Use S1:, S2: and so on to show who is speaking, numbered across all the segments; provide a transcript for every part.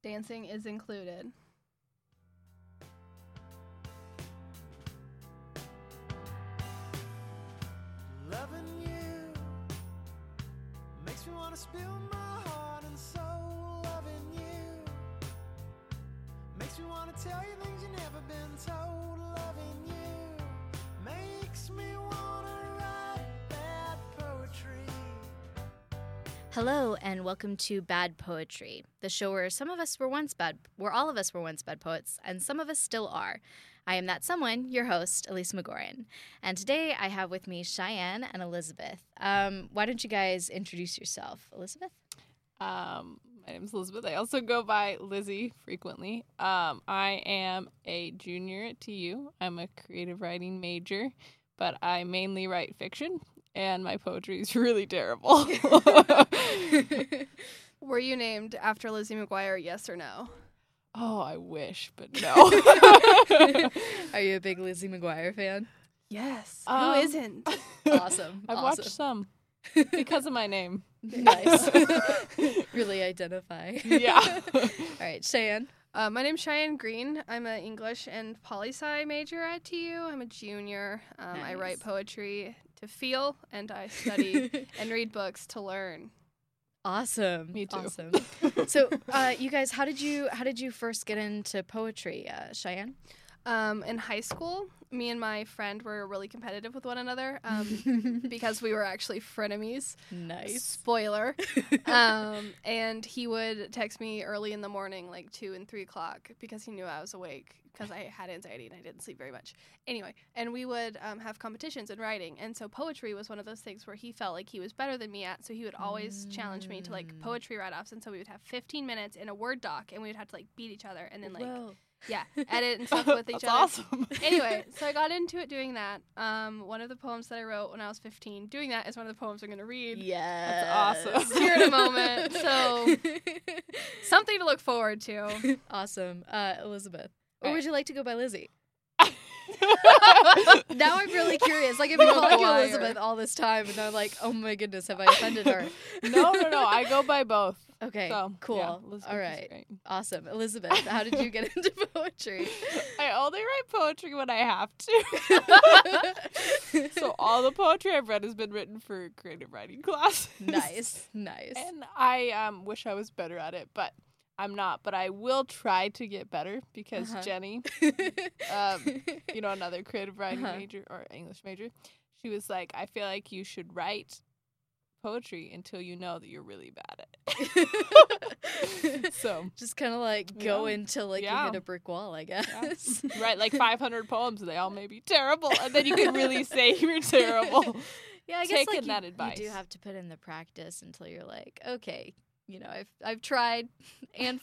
S1: Dancing is included.
S2: Loving you makes me wanna spill my heart and soul. Loving you makes me wanna tell you things you never been told. Loving you makes me wanna write bad poetry.
S3: Hello and welcome to Bad Poetry, the show where some of us were once bad, where all of us were once bad poets, and some of us still are. I am that someone, your host, Elise McGorin, and today I have with me Cheyenne and Elizabeth. Um, why don't you guys introduce yourself, Elizabeth?
S4: Um, my name's Elizabeth. I also go by Lizzie frequently. Um, I am a junior at TU. I'm a creative writing major, but I mainly write fiction, and my poetry is really terrible.
S1: Were you named after Lizzie McGuire, yes or no?
S4: oh, I wish, but no.
S3: Are you a big Lizzie McGuire fan?
S1: Yes.
S4: Um,
S1: Who isn't?
S3: Awesome.
S4: I've watched
S3: awesome.
S4: some because of my name.
S3: Nice. really identify.
S4: Yeah.
S3: All right, Cheyenne.
S1: Uh, my name's Cheyenne Green. I'm an English and poli sci major at TU. I'm a junior. Um, I
S3: Nice.
S1: write poetry to feel, and I study and read books to learn.
S3: Awesome.
S4: Me too.
S3: Awesome. so, uh, you guys, how did you how did you first get into poetry, uh, Cheyenne?
S1: Um, in high school, me and my friend were really competitive with one another um, because we were actually frenemies.
S3: nice.
S1: Spoiler. um, and he would text me early in the morning, like two and three o'clock, because he knew I was awake because I had anxiety and I didn't sleep very much. Anyway, and we would um, have competitions in writing, and so poetry was one of those things where he felt like he was better than me at, so he would always challenge me to like
S3: Mm.
S1: poetry write-offs, and so we would have 15 minutes in a Word doc, and we would have to like beat each other, and then like
S3: Whoa.
S1: yeah, edit and stuff with each
S4: That's
S1: other
S4: awesome.
S1: anyway, so I got into it doing that. Um, one of the poems that I wrote when I was 15, doing that is one of the poems I'm going to read.
S3: Yes.
S4: awesome.
S1: Here in a moment. So- Something to look forward to.
S3: awesome. Uh, Elizabeth. Or
S4: Right.
S3: would you like to go by Lizzie? Now I'm really curious. Like I've been calling you
S1: McGuire.
S3: Elizabeth all this time, and I'm like, oh my goodness, have I offended her?
S4: no, no, no. I go by both.
S3: Okay,
S4: So,
S3: cool.
S4: yeah, Elizabeth
S3: all
S4: is
S3: right,
S4: great.
S3: awesome, Elizabeth. How did you get into poetry?
S4: I only write poetry when I have to. so all the poetry I've read has been written for creative writing class.
S3: nice, nice.
S4: And I um, wish I was better at it, but I'm not. But I will try to get better because
S3: Uh-huh.
S4: Jenny, um, you know, another creative writing
S3: Uh-huh.
S4: major or English major, she was like, I feel like you should write poetry until you know that you're really bad at it. so
S3: Just kind of like go
S4: Yeah.
S3: until like you
S4: Yeah.
S3: hit a brick wall, I guess.
S4: write like 500 poems and they all may be terrible and then you can really say you're terrible
S3: yeah, I
S4: Take
S3: guess like
S4: in
S3: you,
S4: that
S3: you
S4: advice.
S3: do have to put in the practice until you're like, okay, you know, I've I've tried and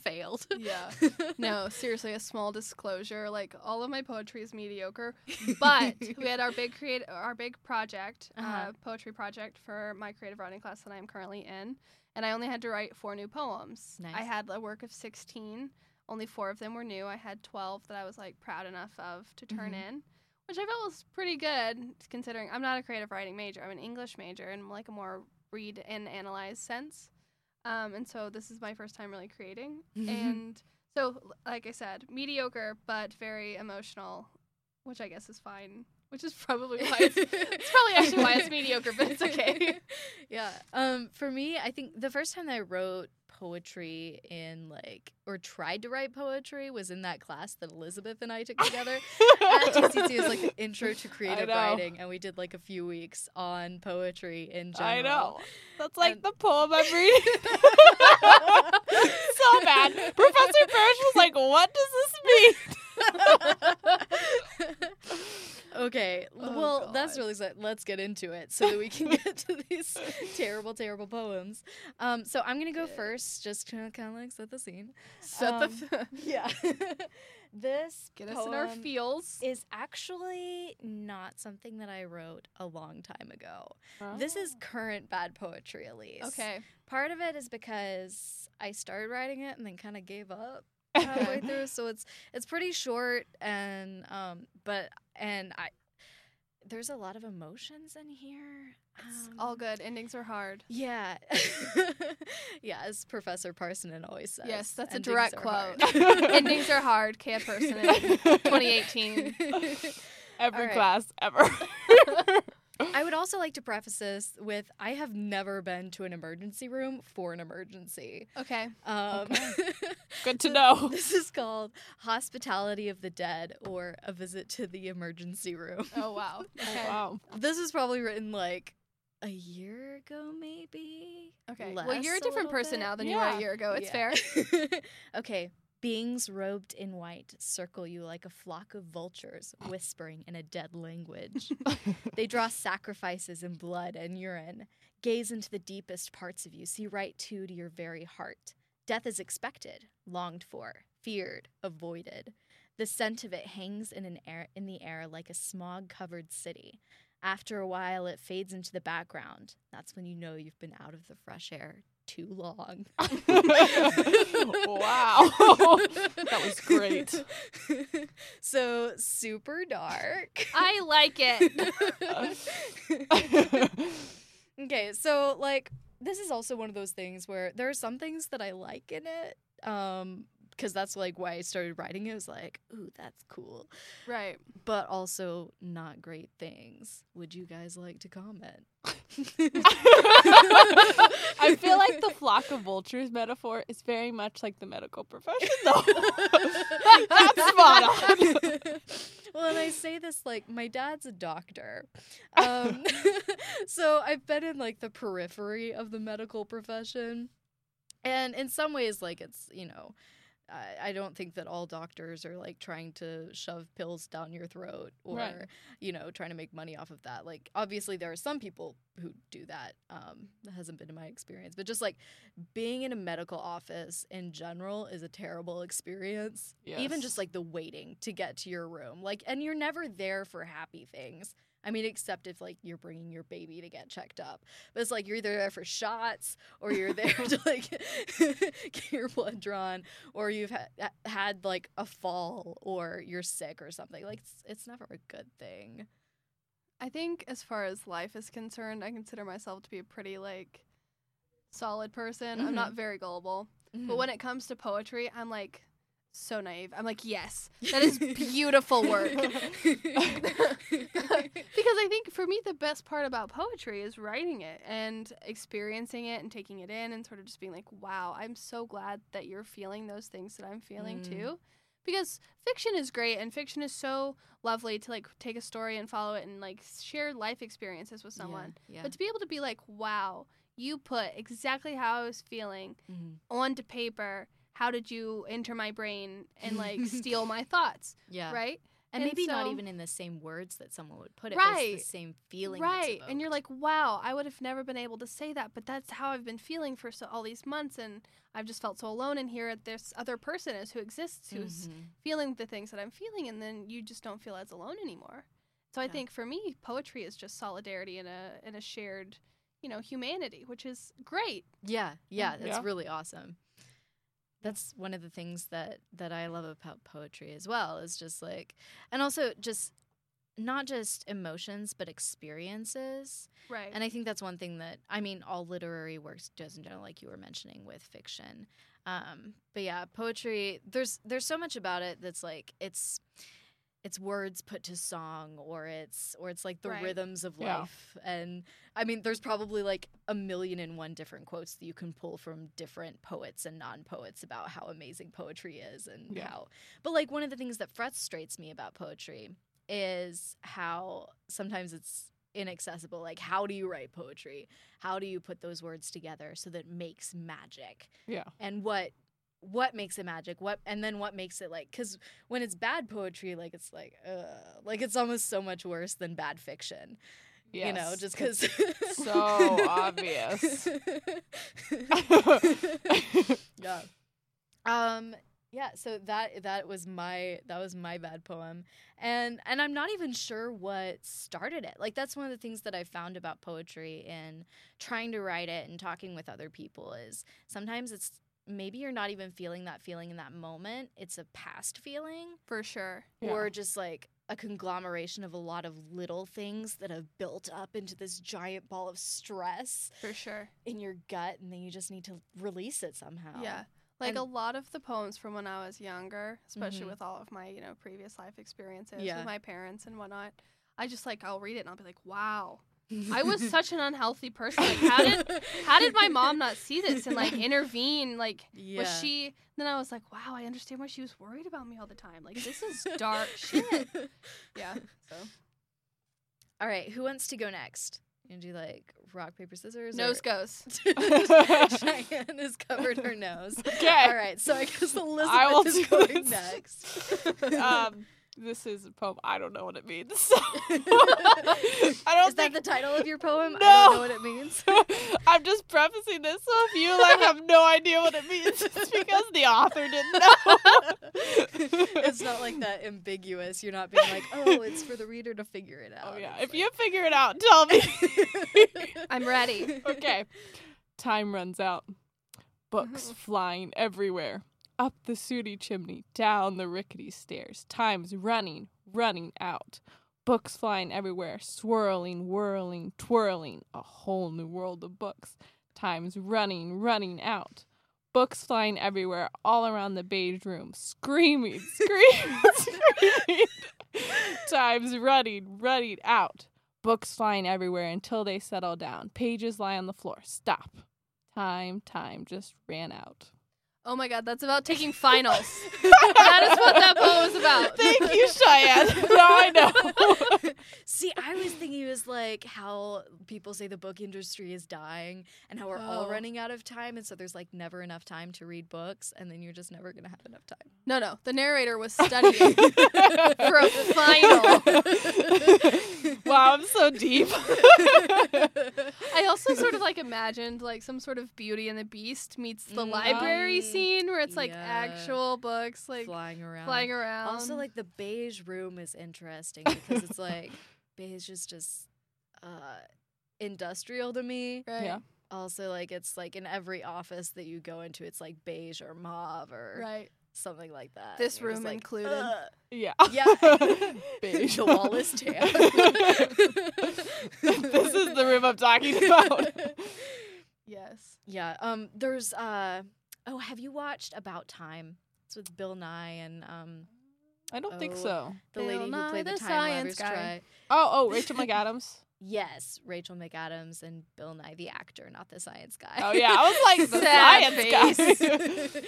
S3: failed.
S1: Yeah. No, seriously, a small disclosure. Like all of my poetry is mediocre, but we had our big create our big project, uh
S3: Uh-huh.
S1: poetry project for my creative writing class that I am currently in, and I only had to write four new poems. I
S3: Nice.
S1: had a work of 16. Only four of them were new. I had 12 that I was like proud enough of to turn
S3: Mhm.
S1: in, which I felt was pretty good considering I'm not a creative writing major. I'm an English major and like a more read and analyze sense. Um, and so this is my first time really creating. and so, l- like I said, mediocre but very emotional, which I guess is fine. Which is probably why it's, it's probably actually why it's mediocre, but it's okay.
S3: yeah. Um, for me, I think the first time that I wrote poetry in like or tried to write poetry was in that class that Elizabeth and I took together at GCC. It was like the intro to creative
S4: know.
S3: writing, and we did like a few weeks on poetry in general.
S4: i know that's like
S3: And-
S4: the poem i'm reading so bad professor parrish was like what does this mean
S3: okay.
S1: Oh,
S3: well, that's
S1: God.
S3: really sad. Let's get into it so that we can get to these terrible, terrible poems. Um, so I'm gonna go
S1: Okay.
S3: first, just kind of, kind of like set the scene.
S1: Set
S3: Um,
S1: the f-
S3: Yeah. this
S1: get us in our
S3: poem
S1: feels.
S3: is actually not something that I wrote a long time ago. This is current bad poetry, at least.
S1: Oh. Okay.
S3: Part of it is because I started writing it and then kind of gave up halfway through, so it's it's pretty short and um, but and I there's a lot of emotions in here.
S1: It's
S3: Um,
S1: all good. Endings are hard.
S3: Yeah. yeah, as Professor Parsonen always says.
S1: Yes, that's a
S3: endings
S1: direct
S3: are
S1: quote.
S3: hard.
S1: Endings are hard. K. Person in 2018.
S4: Every
S3: right.
S4: class ever.
S3: I would also like to preface this with I have never been to an emergency room for an emergency.
S1: Okay.
S3: Um,
S4: Good to know.
S3: this is called Hospitality of the Dead or A Visit to the Emergency Room.
S1: Oh wow. Okay.
S4: Oh, wow.
S3: This was probably written like a year ago, maybe.
S1: Okay. well, you're a
S3: Less
S1: different
S3: little
S1: person
S3: bit.
S1: now than you were
S4: Yeah.
S1: a year ago. It's fair.
S3: fair. okay. Beings robed in white circle you like a flock of vultures, whispering in a dead language. they draw sacrifices in blood and urine, gaze into the deepest parts of you, see right too to your very heart. Death is expected, longed for, feared, avoided. The scent of it hangs in an air in the air like a smog-covered city. After a while, it fades into the background. That's when you know you've been out of the fresh air too long.
S4: Wow. That was great.
S3: So super dark.
S1: I like it.
S3: okay, so like this is also one of those things where there are some things that I like in it. Um because that's like why I started writing it. It was like, ooh, that's cool.
S1: right.
S3: But also not great things. Would you guys like to comment?
S4: I feel like the flock of vultures metaphor is very much like the medical profession, though. That's spot on.
S3: well, and I say this like my dad's a doctor. Um, so I've been in like the periphery of the medical profession. And in some ways, like it's, you know, I, I don't think that all doctors are like trying to shove pills down your throat or,
S4: Right.
S3: you know, trying to make money off of that. Like, obviously, there are some people who do that. Um, that hasn't been in my experience, but just like being in a medical office in general is a terrible experience. Even
S4: Yes.
S3: just like the waiting to get to your room. Like, and you're never there for happy things. I mean, except if like you're bringing your baby to get checked up. But it's like you're either there for shots or you're there to like get your blood drawn or you've ha- ha- had like a fall or you're sick or something. Like, it's, it's never a good thing.
S1: I think as far as life is concerned, I consider myself to be a pretty like solid person.
S3: Mhm.
S1: I'm not very gullible. But
S3: Hmm.
S1: when it comes to poetry, I'm like so naive. I'm like, yes, Mm-hmm. that is beautiful work. because I think for me, the best part about poetry is writing it and experiencing it and taking it in and sort of just being like, wow, I'm so glad that you're feeling those things that I'm feeling
S3: Mm.
S1: too. Because fiction is great and fiction is so lovely to like take a story and follow it and like share life experiences with someone.
S3: Yeah.
S1: But to be able to be like, wow, you put exactly how I was feeling
S3: Mhm.
S1: onto paper. How did you enter my brain and like steal my thoughts?
S3: yeah.
S1: Right?
S3: And,
S1: And
S3: maybe not
S1: so-
S3: even in the same words that someone would put it, but it's
S1: Right.
S3: the same feeling. that's
S1: right and you're
S3: evoked.
S1: like wow i would have never been able to say that but that's how i've been feeling for so, all these months and i've just felt so alone and here this other person is who exists who's
S3: Mhm.
S1: feeling the things that i'm feeling and then you just don't feel as alone anymore so i
S3: Yeah.
S1: think for me poetry is just solidarity and a and a shared you know humanity which is great
S3: Yeah, yeah, that's
S4: Yeah.
S3: really awesome. That's one of the things that that I love about poetry as well. Is just like, and also just not just emotions but experiences.
S1: right
S3: And I think that's one thing that I mean, all literary works does in general, like you were mentioning with fiction. Um, but yeah, poetry. There's there's so much about it that's like it's it's words put to song, or it's or it's like the
S1: Right.
S3: rhythms of
S4: Yeah.
S3: life. And I mean, there's probably like a million and one different quotes that you can pull from different poets and non poets about how amazing poetry is and
S4: Yeah.
S3: how. But like one of the things that frustrates me about poetry is how sometimes it's inaccessible. Like, how do you write poetry? How do you put those words together so that it makes magic?
S4: Yeah.
S3: And what what makes it magic? What and then what makes it like? Because when it's bad poetry, like it's like, uh, like it's almost so much worse than bad fiction. You know,
S4: Yes.
S3: just because.
S4: so obvious.
S3: yeah. Um. Yeah. So that that was my that was my bad poem, and and I'm not even sure what started it. Like that's one of the things that I found about poetry in trying to write it and talking with other people is sometimes it's maybe you're not even feeling that feeling in that moment. It's a past feeling
S1: for sure
S4: Yeah.
S3: or just like a conglomeration of a lot of little things that have built up into this giant ball of stress
S1: for sure.
S3: in your gut, and then you just need to release it somehow.
S1: Yeah. Like a
S3: Um, And-
S1: lot of the poems from when I was younger, especially
S3: Mhm.
S1: with all of my, you know, previous life experiences
S3: Yeah.
S1: with my parents and whatnot, I just like I'll read it and I'll be like, Wow. I was such an unhealthy person. Like how did how did my mom not see this and like intervene? Like
S3: yeah.
S1: was she then I was like, Wow, I understand why she was worried about me all the time. Like this is dark shit. Yeah. So
S3: All right, who wants to go next? You gonna do like rock paper scissors? or-
S1: nose goes.
S3: Cheyenne has covered her nose.
S4: Okay.
S3: All right, so I guess Elizabeth
S4: will
S3: is
S4: do
S3: going
S4: this.
S3: next.
S4: um, this is a poem. I don't know what it means. So. I don't
S3: is that
S4: think
S3: the title of your poem? I don't know
S4: No.
S3: what it means.
S4: I'm just prefacing this so if you like have no idea what it means, it's because the author didn't know.
S3: it's not like that ambiguous. You're not being like, oh, it's for the reader to figure it out.
S4: Oh yeah.
S3: It's
S4: If you figure it out, tell me.
S3: like-
S1: I'm ready.
S4: okay. Time runs out. Books flying everywhere. Up the sooty chimney, down the rickety stairs. Time's running, running out. Books flying everywhere, swirling, whirling, twirling. A whole new world of books. Time's running, running out. Books flying everywhere, all around the beige room, screaming, screaming, screaming. Time's running, running out. Books flying everywhere until they settle down. Pages lie on the floor. Stop. Time, time just ran out.
S1: Oh my god, that's about taking finals. that is what that poem is about.
S4: Thank you, Cheyenne. now I know.
S3: See, I was thinking it was like how people say the book industry is dying and how we're all
S1: Oh.
S3: running out of time. And so there's like never enough time to read books. And then you're just never going to have enough time.
S1: No, no. The narrator was studying for a final.
S4: wow, I'm so deep.
S1: I also sort of like imagined like some sort of Beauty and the Beast meets the library
S3: Mm.
S1: scene where it's like
S3: Yeah.
S1: actual books like flying,
S3: flying around.
S1: around.
S3: Also, like the beige room is interesting because it's like beige is just uh, industrial to me.
S1: right,
S4: Yeah.
S3: Also, like it's like in every office that you go into, it's like beige or mauve or
S1: right.
S3: something like that.
S1: This
S3: And you're just
S1: room
S3: uh, like,
S1: included.
S3: "Ugh."
S4: yeah.
S3: Yeah.
S4: Beige.
S3: The wall is tan.
S4: this is the room I'm talking about.
S1: Yes.
S3: Yeah. Um. There's. Uh. Oh, have you watched About Time? It's with Bill Nye and um
S4: I don't think
S3: Oh.
S4: so.
S3: the
S1: Bill
S3: lady who
S1: Nye,
S3: played the,
S1: the
S3: time lovers
S1: science guy.
S3: try.
S4: Oh, oh, Rachel McAdams.
S3: Yes, Rachel McAdams and Bill Nye, the actor, not the science guy.
S4: Oh yeah, I was like the
S1: Sad
S4: science guy.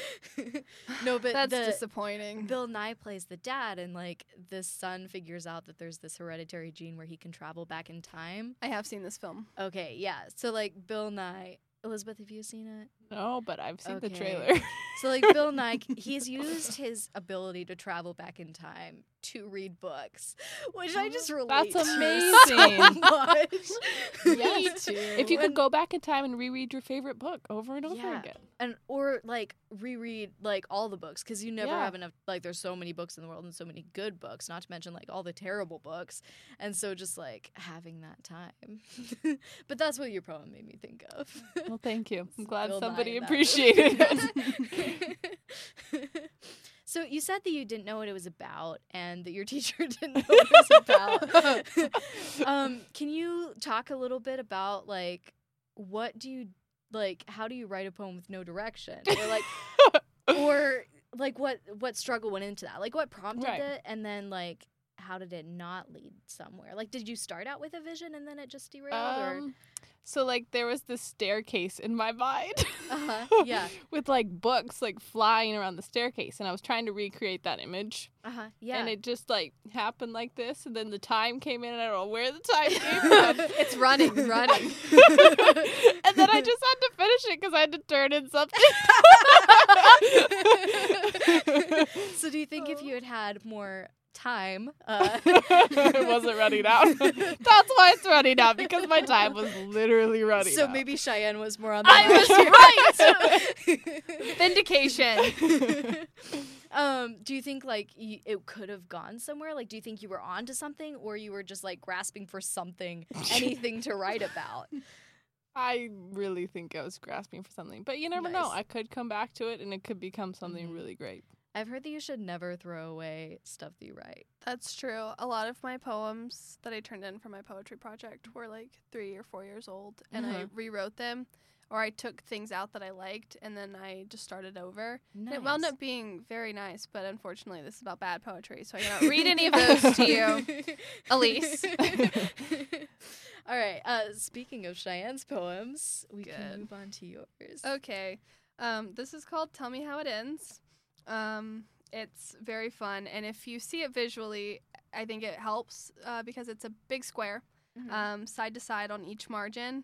S3: no, but
S1: That's
S3: the,
S1: disappointing.
S3: Bill Nye plays the dad, and like the son figures out that there's this hereditary gene where he can travel back in time.
S1: I have seen this film.
S3: Okay, yeah. So like Bill Nye, Elizabeth, have you seen it?
S4: no, but I've seen the
S3: Okay.
S4: trailer.
S3: So like Bill Nye, he's used his ability to travel back in time to read books, which I just relate.
S4: That's
S3: to so
S4: amazing.
S3: much.
S4: Yes.
S1: Me too.
S4: If you could
S3: And-
S4: go back in time and reread your favorite book over and over
S3: Yeah.
S4: again.
S3: and or like reread like all the books because you never
S4: Yeah.
S3: have enough like there's so many books in the world and so many good books not to mention like all the terrible books and so just like having that time but that's what your poem made me think of
S4: Well, thank you. I'm
S3: It's
S4: glad
S3: Bill Nye
S4: somebody
S3: that.
S4: appreciated it.
S3: so you said that you didn't know what it was about and that your teacher didn't know what it was about um, can you talk a little bit about like what do you like how do you write a poem with no direction or like or like what what struggle went into that like what prompted
S4: Right.
S3: it and then like how did it not lead somewhere like did you start out with a vision and then it just derailed or
S4: Um, so like there was this staircase in my mind. Um,
S3: Uh-huh, yeah.
S4: With like books like flying around the staircase and I was trying to recreate that image.
S3: uh-huh yeah
S4: And it just like happened like this and then the time came in and I don't know where the time came from.
S1: It's running, running.
S4: and then I just had to finish it because I had to turn in something.
S3: so do you think
S4: Oh.
S3: if you had had more time uh
S4: it wasn't running out. That's why it's running out because my time was literally running
S3: so
S4: out.
S3: maybe cheyenne was more on the
S1: I was
S3: right
S1: Vindication.
S3: um do you think like y- it could have gone somewhere like do you think you were onto something or you were just like grasping for something anything to write about
S4: I really think I was grasping for something, but you never know.
S3: Nice.
S4: I could come back to it and it could become something
S1: Mm-hmm.
S3: Mhm.
S4: really great.
S3: I've heard that you should never throw away stuff that you write.
S1: That's true. A lot of my poems that I turned in for my poetry project were like three or four years old, and I
S3: Mm-hmm.
S1: rewrote them, or I took things out that I liked, and then I just started over. And It wound
S3: Nice.
S1: up being very nice, but unfortunately, this is about bad poetry, so I cannot read any of those to you. Elise.
S3: All right. Uh, speaking of Cheyenne's poems, we
S1: Good.
S3: can move on to yours.
S1: Okay. Um, this is called Tell Me How It Ends. Um, it's very fun. And if you see it visually, I think it helps uh, because it's a big square,
S3: Mhm.
S4: Mm-hmm.
S1: um, side to side on each margin,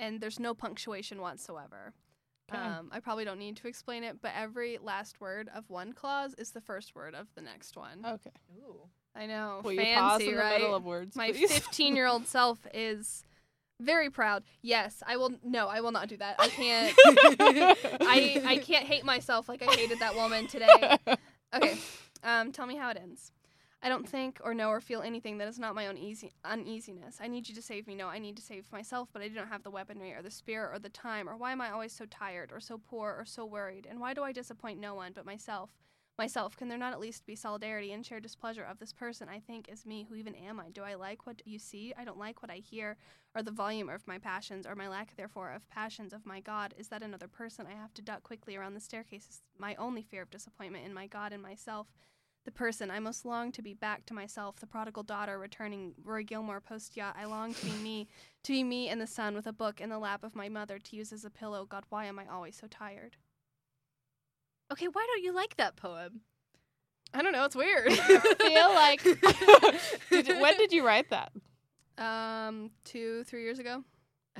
S1: and there's no punctuation whatsoever.
S4: Okay.
S1: Um, I probably don't need to explain it, but every last word of one clause is the first word of the next one.
S4: Okay.
S3: Ooh.
S1: I know.
S4: Oh. Will
S1: fancy,
S4: you pause in the
S1: right?
S4: middle of words?
S1: my
S4: please?
S1: 15 year old self is very proud. Yes, I will. No, I will not do that. I can't. I, I can't hate myself like I hated that woman today. Okay, um, tell me how it ends. I don't think or know or feel anything that is not my own easy uneasiness. I need you to save me. No, I need to save myself, but I don't have the weaponry or the spirit or the time. Or why am I always so tired or so poor or so worried? And why do I disappoint no one but myself? Myself, can there not at least be solidarity and shared displeasure of this person I think is me? Who even am I? Do I like what you see? I don't like what I hear or the volume of my passions, or my lack, therefore, of passions of my God, is that another person I have to duck quickly around the staircases. My only fear of disappointment in my God and myself, the person I most long to be back to myself, the prodigal daughter returning Roy Gilmore post yacht. I long to be me, to be me in the sun with a book in the lap of my mother to use as a pillow. God, why am I always so tired?
S3: Okay. Why don't you like that poem?
S1: I don't know. It's weird.
S4: I feel like. Did you- when did you write that?
S1: um, two, three years ago.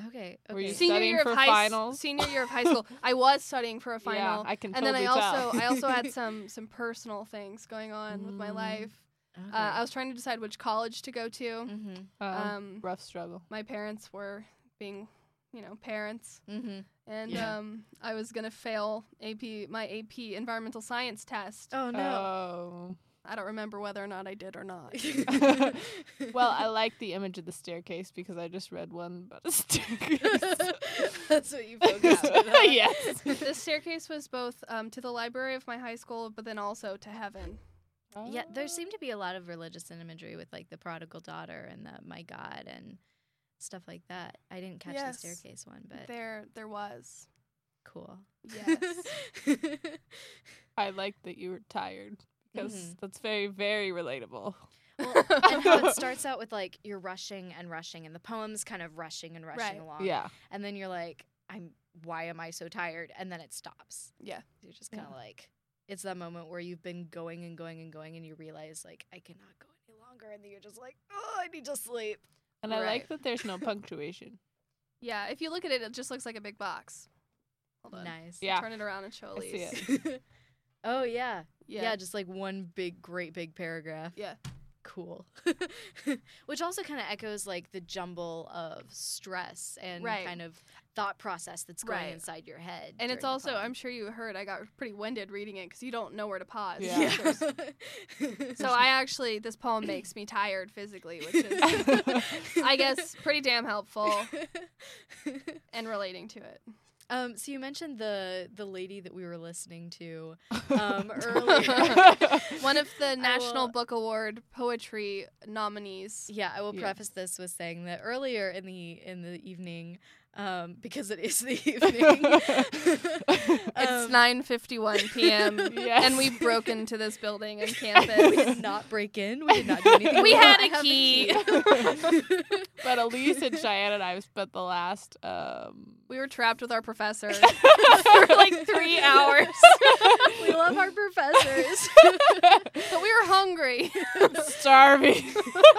S3: Okay.
S4: Were you
S3: okay.
S1: senior
S4: studying
S1: year
S4: for
S1: of high s-
S4: finals?
S1: senior year of high school. I was studying for a final.
S4: Yeah, I can
S1: and
S4: totally
S1: then I also
S4: tell.
S1: I also had some some personal things going on with my
S3: Mm.
S1: life.
S3: Okay.
S1: Uh, I was trying to decide which college to go to.
S3: Mhm.
S4: Um,
S1: Um,
S4: rough struggle.
S1: my parents were being, you know, parents,
S3: Mhm.
S1: and
S3: Yeah.
S1: um, I was gonna fail AP my AP environmental science test.
S3: Oh no.
S4: Oh.
S1: I don't remember whether or not I did or not.
S3: Uh,
S4: Well, I like the image of the staircase because I just read one about a staircase.
S3: that's what you focused on. huh?
S4: yes.
S1: the staircase was both um, to the library of my high school, but then also to heaven.
S3: Yeah, there
S4: Oh.
S3: seemed to be a lot of religious imagery with like the prodigal daughter and the my God and stuff like that. I didn't catch
S1: Yes.
S3: the staircase one, but
S1: There, there was.
S3: cool.
S1: Yes.
S4: I like that you were tired because
S1: Mm-hmm.
S3: Mhm.
S4: that's very, very relatable.
S3: well, and how it starts out with like you're rushing and rushing, and the poem's kind of rushing and rushing
S1: Right.
S3: along.
S4: Yeah.
S3: and then you're like, I'm. Why am I so tired? And then it stops.
S1: Yeah.
S3: you're just kind of
S4: Yeah.
S3: like, it's that moment where you've been going and going and going, and you realize like I cannot go any longer, and then you're just like, oh, I need to sleep.
S4: And I like
S1: Right.
S4: that there's no punctuation.
S1: Yeah, if you look at it, it just looks like a big box. Hold on.
S3: Nice.
S4: Yeah.
S1: Turn it around and show
S4: I see
S1: Elise.
S4: it.
S3: oh yeah.
S1: Yeah.
S3: Yeah. just like one big, great big paragraph.
S1: Yeah.
S3: Cool. Which also kind of echoes like the jumble of stress and
S1: Right.
S3: kind of thought process that's going
S1: Right.
S3: inside your head.
S1: and it's
S3: during the
S1: also,
S3: poem.
S1: I'm sure you heard, I got pretty winded reading it because you don't know where to pause.
S4: Yeah. Yeah.
S1: There's- So I actually, this poem makes me tired physically, which is, I guess, pretty damn helpful and relating to it.
S3: Um, so you mentioned the the lady that we were listening to um, earlier.
S1: One of the
S3: will-
S1: National Book Award poetry nominees.
S3: Yeah, I will
S4: Yeah.
S3: preface this with saying that earlier in the in the evening, um, because it is the evening.
S1: It's
S3: um,
S1: 9:51 p.m.
S4: Yes.
S1: and we broke into this building and
S3: We
S1: campus.
S3: did not break in. We did not do anything.
S1: We
S3: wrong.
S1: had
S3: I
S1: a
S3: have the
S1: key.
S4: but Elise and Cheyenne and I spent the last um
S1: We were trapped with our professor for like three hours,
S3: we love our professors.
S1: but we were hungry.
S4: starving.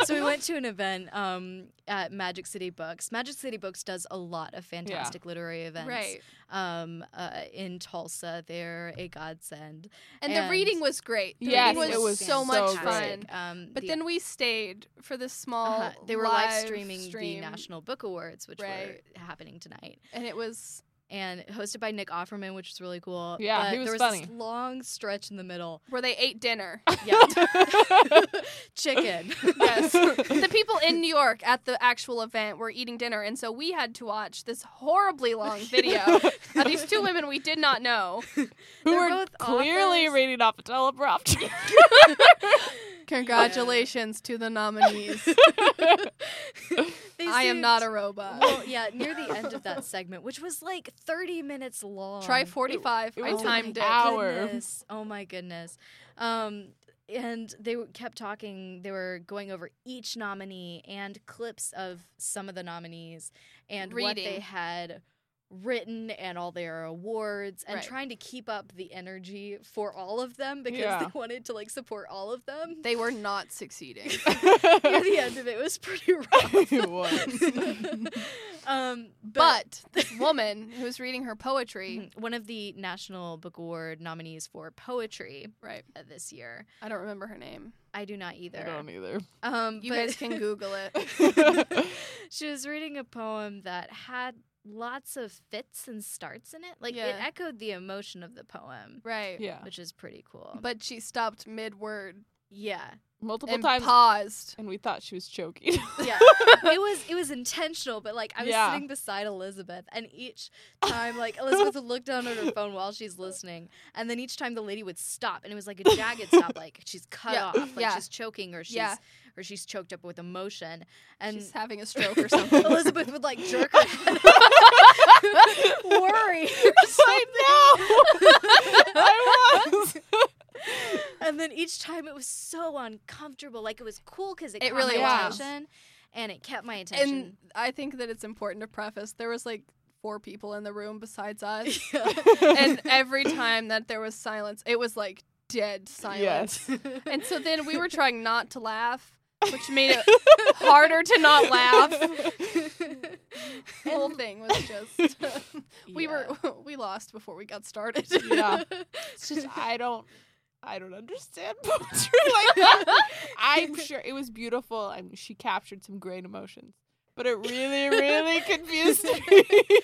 S3: so we went to an event um, at Magic City Books. Magic City Books does a lot of fantastic literary events.
S1: Right.
S3: Um, uh, in Tulsa, they're a godsend.
S1: And,
S3: And-
S1: the reading was great. The
S4: Yes,
S1: reading was,
S4: it was
S1: so
S4: so
S1: much
S4: great.
S1: fun.
S3: Um,
S1: But
S3: the-
S1: then we stayed for the small.
S3: uh-huh, they were live streaming
S1: stream,
S3: the National Book Awards, which
S1: Right.
S3: were happening tonight.
S1: and it was
S3: and hosted by Nick Offerman, which was really cool.
S4: Yeah,
S3: but
S4: he was
S3: there was this
S4: funny.
S3: long stretch in the middle.
S1: Where they ate dinner.
S3: Yeah, chicken.
S1: Yes. the people in New York at the actual event were eating dinner, and so we had to watch this horribly long video of these two women we did not know.
S4: Who
S3: They're
S4: were
S3: both
S4: clearly
S3: authors.
S4: reading off a teleprompter.
S1: Congratulations to the nominees.
S3: They
S1: I am
S3: seemed-
S1: not a robot.
S3: Well, yeah, near the end of that segment, which was like 30 minutes long.
S1: Try 45.
S4: it
S1: I
S4: was
S3: Oh
S1: timed it.
S3: my
S4: Hour.
S3: Goodness. Oh my goodness. Um, and they w- kept talking. They were going over each nominee and clips of some of the nominees and what they
S1: Reading.
S3: had written and all their awards and
S1: Right.
S3: trying to keep up the energy for all of them because
S4: Yeah.
S3: they wanted to like support all of them.
S1: They were not succeeding.
S3: Near the end of it was pretty rough.
S4: It was.
S3: um, but
S1: But this woman who's reading her poetry,
S3: Mhm. one of the National Book Award nominees for poetry
S1: right?
S3: uh, this year.
S1: I don't remember her name.
S3: I do not either.
S4: I don't either.
S3: Um,
S1: You
S3: but
S1: guys can Google it.
S3: she was reading a poem that had lots of fits and starts in it. Like it
S1: Yeah.
S3: echoed the emotion of the poem,
S1: Right.
S4: Yeah,
S3: which is pretty cool.
S1: But she stopped mid word
S3: yeah,
S4: multiple
S1: and
S4: times,
S1: paused.
S4: and we thought she was choking.
S3: yeah, it was it was intentional. But like I was
S4: Yeah.
S3: sitting beside Elizabeth, and each time like Elizabeth would look down at her phone while she's listening, and then each time the lady would stop, and it was like a jagged stop, like she's cut
S1: Yeah.
S3: off, like
S1: Yeah.
S3: she's choking or she's
S1: Yeah.
S3: or she's choked up with emotion, and
S1: She's having a stroke or something.
S3: Elizabeth would like jerk her head, worry.
S4: I know. I was.
S3: and then each time it was so uncomfortable. Like it was cool because it,
S1: It
S3: caught
S1: really
S3: my
S4: was.
S3: attention, and it kept my attention.
S1: and I think that it's important to preface there was like four people in the room besides us. and every time that there was silence, it was like dead silence.
S4: Yes.
S1: And so then we were trying not to laugh, which made it harder to not laugh. The whole thing was just we were we lost before we got started.
S4: Yeah. It's just I don't I don't understand poetry like that. I'm sure it was beautiful and she captured some great emotions. But it really, really confused me.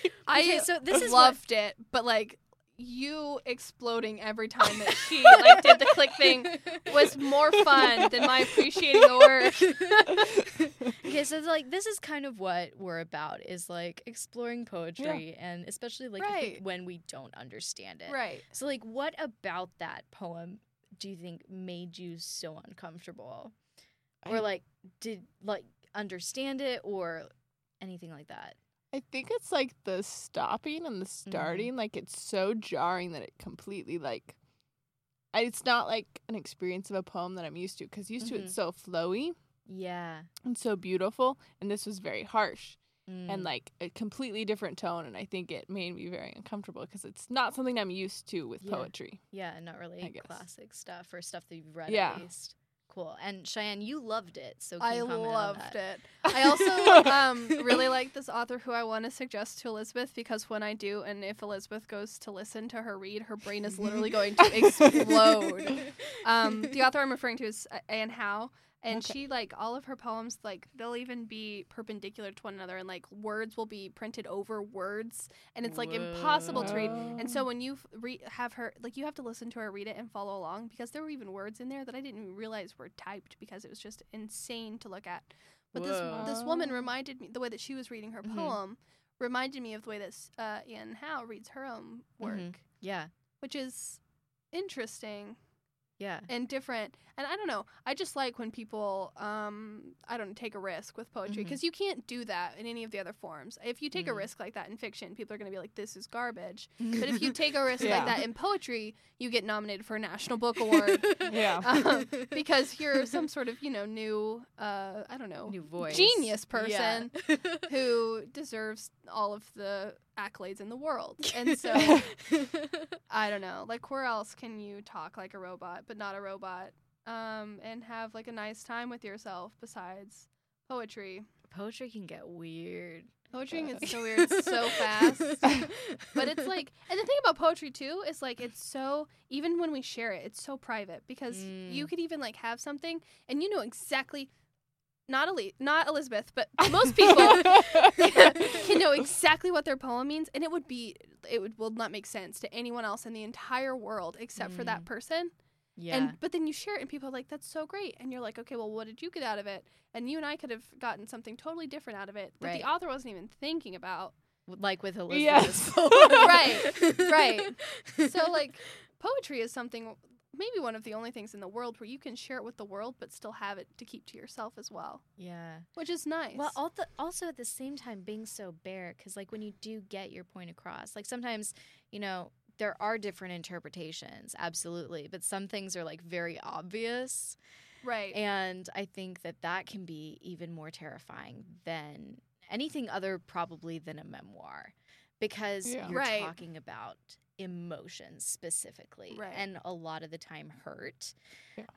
S1: I
S3: Okay, so this is what-
S1: loved it, but like you exploding every time that she like did the click thing was more fun than my appreciating the work.
S3: okay, so like this is kind of what we're about is like exploring poetry, and especially like I think,
S1: Right.
S3: when we don't understand it.
S1: Right.
S3: So like, what about that poem do you think made you so uncomfortable, or
S4: I-
S3: like did like understand it or anything like that?
S4: I think it's like the stopping and the
S1: Mm-hmm.
S4: starting, like it's so jarring that it completely like I- it's not like an experience of a poem that I'm used to because used to
S1: Mm-hmm.
S3: Mhm.
S4: it's so flowy
S3: Yeah.
S4: and so beautiful, and this was very harsh.
S3: Mm,
S4: and
S1: Mm.
S4: like a completely different tone and i think it made me very uncomfortable because it's not something i'm used to with
S3: Yeah.
S4: poetry
S3: yeah, not
S4: I
S3: really
S4: guess.
S3: classic stuff or stuff that you've read
S4: Yeah.
S3: at least. Cool. And Cheyenne, you loved it, so can
S1: I
S3: you comment on
S1: loved
S3: that?
S1: it. I also um, really like this author who I want to suggest to Elizabeth because when I do, and if Elizabeth goes to listen to her read, her brain is literally going to explode. Um, the author I'm referring to is uh, Anne Howe, and
S4: Okay.
S1: she like all of her poems like they'll even be perpendicular to one another, and like words will be printed over words, and it's like impossible to read. And so when you f- re- have her, like you have to listen to her read it and follow along because there were even words in there that I didn't even realize were typed because it was just insane to look at. But
S3: Whoa.
S1: this this woman
S4: Oh.
S1: reminded me the way that she was reading her
S3: Mhm.
S1: poem reminded me of the way that s- uh, Ian Howe reads her own work,
S3: Mhm. Yeah.
S1: which is interesting
S3: Yeah.
S1: and different. And I don't know, I just like when people um, I don't know, take a risk with poetry
S3: Mhm.
S1: because you can't do that in any of the other forms. If you take a
S3: Mm.
S1: risk like that in fiction, people are going to be like, "This is garbage." But if you take a risk
S4: Yeah.
S1: like that in poetry, you get nominated for a National Book Award
S4: yeah
S1: um, because you're some sort of, you know, new, uh, I don't know,
S3: new voice.
S1: genius
S3: Yeah.
S1: person who deserves all of the accolades in the world. And so, I don't know, like, where else can you talk like a robot, but not a robot, um, and have like a nice time with yourself besides poetry?
S3: poetry can get weird.
S1: Poetry gets so weird so fast. but it's like and the thing about poetry too is like it's so even when we share it it's so private because
S3: Mm.
S1: you could even like have something and you know exactly not Eli- not Elizabeth, but most people can know exactly what their poem means, and it would be it would will not make sense to anyone else in the entire world except for that person.
S3: Yeah.
S1: And but then you share it, and people are like, "That's so great," and you're like, "Okay, well, what did you get out of it?" And you and I could have gotten something totally different out of it that
S3: Right.
S1: the author wasn't even thinking about.
S3: like with
S4: Yes.
S1: Right,
S3: Elizabeth's
S1: right. So like, poetry is something maybe one of the only things in the world where you can share it with the world, but still have it to keep to yourself as well,
S3: yeah.
S1: which is nice.
S3: Well, al- the- also at the same time, being so bare, because like when you do get your point across, like sometimes, you know, there are different interpretations, absolutely, but some things are like very obvious.
S1: right.
S3: And I think that that can be even more terrifying than anything other, probably, than a memoir, because
S4: Yeah.
S3: you're
S1: Right.
S3: talking about emotions specifically,
S1: Right.
S3: and a lot of the time hurt.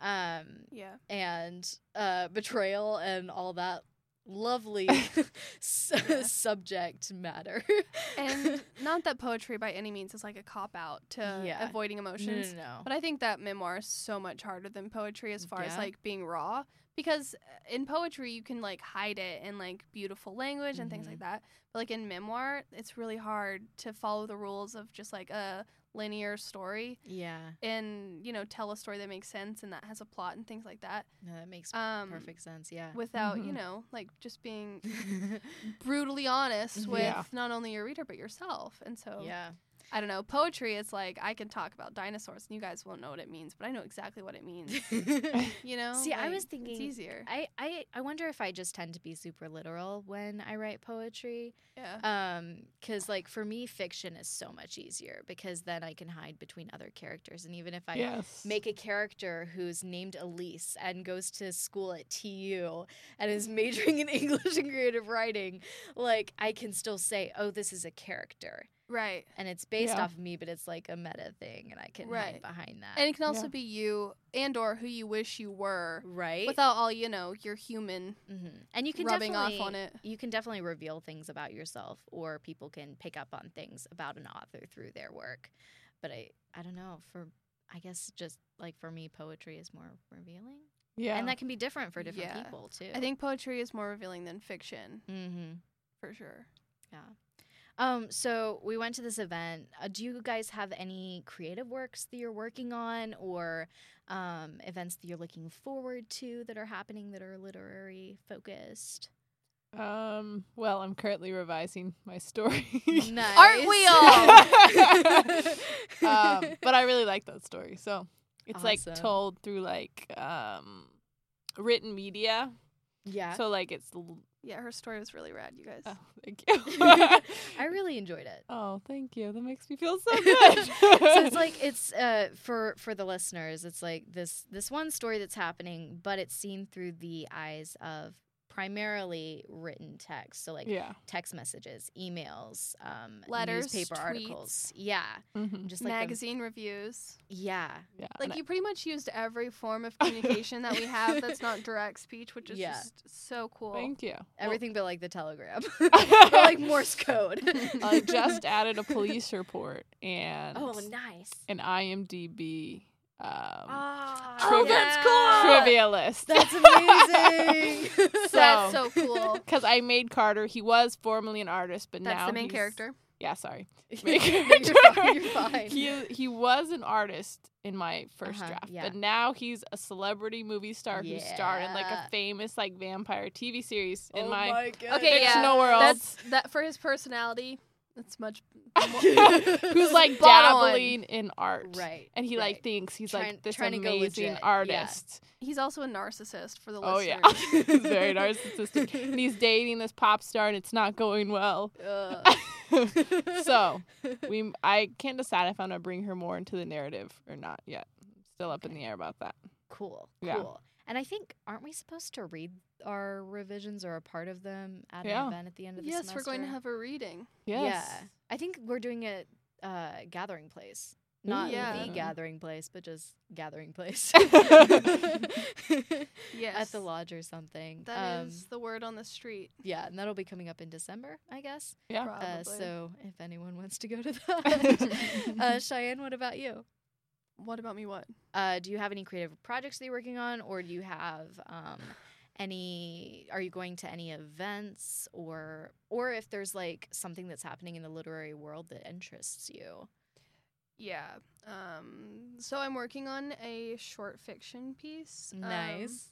S3: Um,
S1: yeah.
S3: and uh, betrayal and all that lovely s-
S1: Yeah.
S3: subject matter.
S1: and not that poetry by any means is like a cop out to
S3: Yeah.
S1: avoiding
S3: no,
S1: emotions
S3: no, no.
S1: but i think that memoir is so much harder than poetry as far as
S3: Yeah.
S1: like being raw because uh, in poetry you can like hide it in like beautiful language and things
S3: Mm-hmm.
S1: like that but like in memoir it's really hard to follow the rules of just like a linear story
S3: yeah,
S1: and you know tell a story that makes sense and that has a plot and things like that
S3: no, that makes
S1: um
S3: perfect Mm-hmm. sense. Yeah.
S1: without you
S4: Mhm.
S1: know like just being brutally honest with
S4: Yeah.
S1: not only your reader but yourself and so
S3: yeah.
S1: I don't know. Poetry, it's like I can talk about dinosaurs and you guys won't know what it means, but I know exactly what it means. You know?
S3: See, I
S1: Like,
S3: was thinking-
S1: it's easier.
S3: I, I I wonder if I just tend to be super literal when I write poetry.
S1: yeah.
S3: Um, cuz like for me fiction is so much easier because then I can hide between other characters and even if I
S4: yes.
S3: make a character who's named Elise and goes to school at TU and is majoring in English and creative writing, like I can still say, oh, this is a character.
S1: Right.
S3: And it's based
S4: Yeah.
S3: off of me, but it's like a meta thing and I can
S1: Right.
S3: hide behind that.
S1: And it can also
S4: Yeah.
S1: be you and or who you wish you were
S3: right?
S1: without all, you know, your human.
S3: Mhm. And you can
S1: rubbing off
S3: definitely-
S1: on it.
S3: You can definitely reveal things about yourself or people can pick up on things about an author through their work. But I I don't know, for I guess just like for me poetry is more revealing.
S4: yeah.
S3: And that can be different for different
S1: Yeah.
S3: people too.
S1: I think poetry is more revealing than fiction,
S3: mm-hmm.
S1: for sure.
S3: Um, so we went to this event. Uh, do you guys have any creative works that you're working on or um, events that you're looking forward to that are happening that are literary focused?
S4: um. Well, I'm currently revising my story.
S1: Aren't we
S3: all?
S4: um, but I really like that story. So it's
S3: Awesome.
S4: like told through like um, written media.
S3: yeah.
S4: So like it's. l-
S1: Yeah, her story was really rad, you guys.
S4: Oh, thank you.
S3: I really enjoyed it.
S4: oh, thank you. That makes me feel so good.
S3: so it's like it's uh, for for the listeners it's like this this one story that's happening but it's seen through the eyes of primarily written text so like
S4: yeah.
S3: text messages emails um
S1: Letters,
S3: newspaper
S1: tweets.
S3: articles yeah
S4: Mm-hmm.
S3: just like the-
S1: Magazine reviews.
S3: yeah
S4: Yeah.
S1: Like, you pretty much used every form of communication that we have that's not direct speech, which is
S3: Yeah.
S1: just so cool.
S4: Thank you.
S3: everything but like the telegram Or, like morse code
S4: I Uh, just added a police report and
S3: oh nice
S4: an IMDb
S3: Ah.
S4: um,
S1: Oh,
S4: Trivia.
S1: that's cool.
S4: trivia list.
S3: that's amazing
S1: That's so cool.
S4: Because I made Carter. He was formerly an artist, but
S1: That's
S4: now
S1: the main
S4: he's-
S1: character.
S4: Yeah, sorry.
S3: you're,
S4: Main
S3: fine, you're fine.
S4: He he was an artist in my 1st
S3: Uh-huh,
S4: draft,
S3: yeah.
S4: but now he's a celebrity movie star who starred in like
S3: Yeah.
S4: a famous like vampire TV series
S2: Oh
S1: Oh
S4: in my,
S1: Okay, yeah.
S4: fictional world.
S1: That's that for his personality. That's much.
S4: who's like
S1: Spot on.
S4: dabbling in art,
S3: right
S4: And he
S3: right.
S4: like thinks he's
S3: Trying-
S4: like this
S3: trying to go
S4: amazing
S3: legit, yeah.
S4: artist.
S1: He's also a narcissist for the
S4: Oh
S1: listeners.
S4: yeah, he's very narcissistic. and he's dating this pop star, and it's not going well.
S3: Ugh.
S4: so we, I can't decide if I'm gonna bring her more into the narrative or not yet. Still up in the air about that.
S3: cool
S4: Yeah.
S3: cool and i think aren't we supposed to read our revisions or a part of them at
S4: Yeah.
S3: an event at the end of the
S1: Yes,
S3: semester
S1: we're going to have a reading.
S4: Yes.
S3: yeah i think we're doing it uh gathering place not
S1: Yeah.
S3: the gathering place but just gathering place
S1: Yes,
S3: at the lodge or something
S1: That is
S3: um
S1: the word on the street.
S3: yeah and that'll be coming up in december i guess
S4: Yeah.
S1: Probably.
S3: uh, so if anyone wants to go to that uh cheyenne what about you
S1: what about me? What?
S3: Uh, do you have any creative projects that you're working on, or do you have um, any are you going to any events or or if there's like something that's happening in the literary world that interests you
S1: Yeah. Um, so I'm working on a short fiction piece. Um,
S3: nice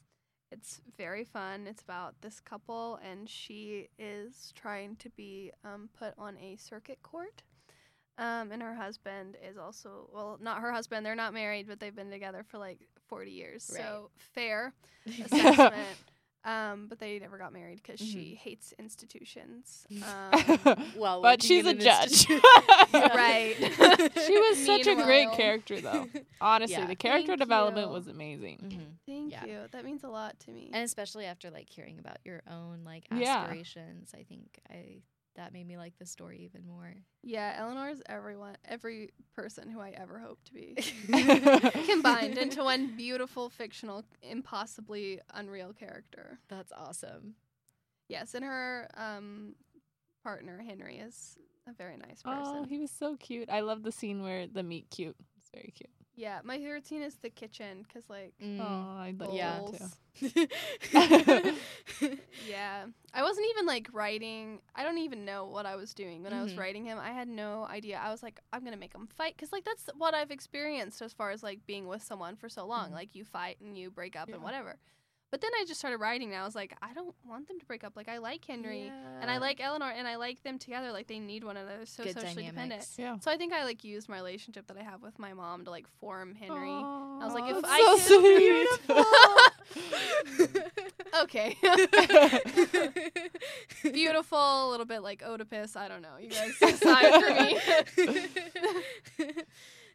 S1: it's very fun. It's about this couple, and she is trying to be um, put on a circuit court. Um, and her husband is also, well, not her husband. They're not married, but they've been together for like 40 years. So fair assessment. um, but they never got married because she
S3: Mm-hmm.
S1: hates institutions. Um,
S3: well
S4: but
S3: working in
S4: she's a
S3: an
S4: judge.
S3: institution-
S1: right.
S4: she was such a great
S1: Meanwhile-
S4: character, though. Honestly,
S3: Yeah.
S4: the character
S1: Thank
S4: development
S1: you.
S4: was amazing.
S3: Mhm.
S1: Thank
S3: Yeah.
S1: you. That means a lot to me.
S3: and especially after like hearing about your own like
S4: Yeah.
S3: aspirations i think i that made me like the story even more
S1: yeah, Eleanor is everyone, every person who I ever hope to be. Mm-hmm. combined into one beautiful, fictional, impossibly unreal character.
S3: that's awesome
S1: Yes, and her um, partner Henry is a very nice person.
S4: Oh, he was so cute. I love the scene where the meet cute. It's very cute.
S1: yeah, my favorite scene is the kitchen because, like,
S4: Oh, I love
S3: Yeah.
S4: yeah.
S1: bowls.
S4: too.
S3: Mm.
S1: Yeah, I wasn't even like writing. I don't even know what I was doing when I was
S4: Mm-hmm.
S3: Mhm.
S1: writing him. I had no idea. I was like, I'm gonna make him fight because, like, that's what I've experienced as far as like being with someone for so long.
S3: Mhm.
S1: Like, you fight and you break up
S4: Mm-hmm. Yeah.
S1: and whatever. But then I just started writing, and I was like, I don't want them to break up. Like, I like Henry. and I like Eleanor and I like them together. Like they need one another. So
S3: good
S1: socially dependent.
S3: dynamics
S4: Yeah.
S1: So I think I like used my relationship that I have with my mom to like form Henry.
S4: I
S1: was like, if
S4: that's
S1: I
S4: so
S1: could- Okay. Beautiful, a little bit like Oedipus. I don't know. You guys decide for me.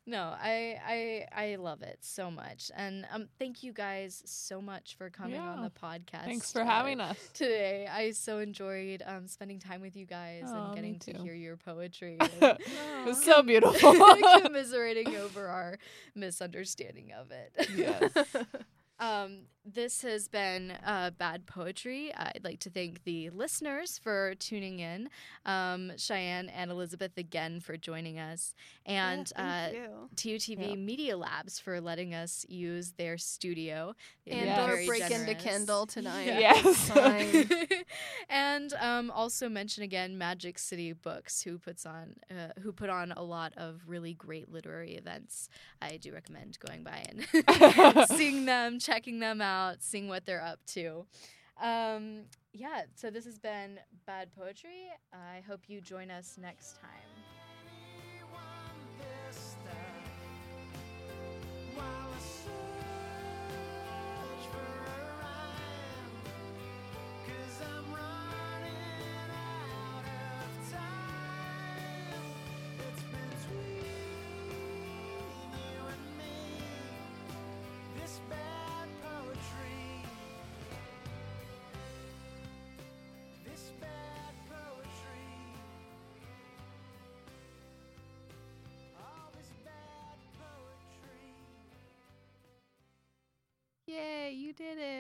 S3: no, I I I love it so much, and um, thank you guys so much for coming on
S4: Yeah.
S3: the podcast.
S4: Thanks for having us.
S3: today. I so enjoyed um, spending time with you guys
S4: Aw,
S3: and
S4: Oh, me
S3: getting to
S4: too.
S3: hear your poetry. and
S4: it was so beautiful.
S3: commiserating over our misunderstanding of it.
S4: yes.
S3: Um, this has been uh, Bad Poetry. I'd like to thank the listeners for tuning in, um, Cheyenne and Elizabeth again for joining us, and
S1: yeah,
S3: uh,
S1: thank you.
S3: TUTV
S4: Yeah.
S3: Media Labs for letting us use their studio. They've been
S1: and
S4: Yes.
S1: or
S3: very
S1: break into
S3: generous.
S1: Kindle tonight.
S3: Yeah.
S4: Yes.
S1: Fine.
S3: and um, also mention again Magic City Books, who puts on uh, who put on a lot of really great literary events. I do recommend going by and seeing them, checking them out, seeing what they're up to. Um, yeah, so this has been Bad Poetry. I hope you join us next time.
S2: Cause I'm running out of time. It's between you and me. This bad poetry. This bad poetry. All this bad poetry.
S1: Yay, you did it.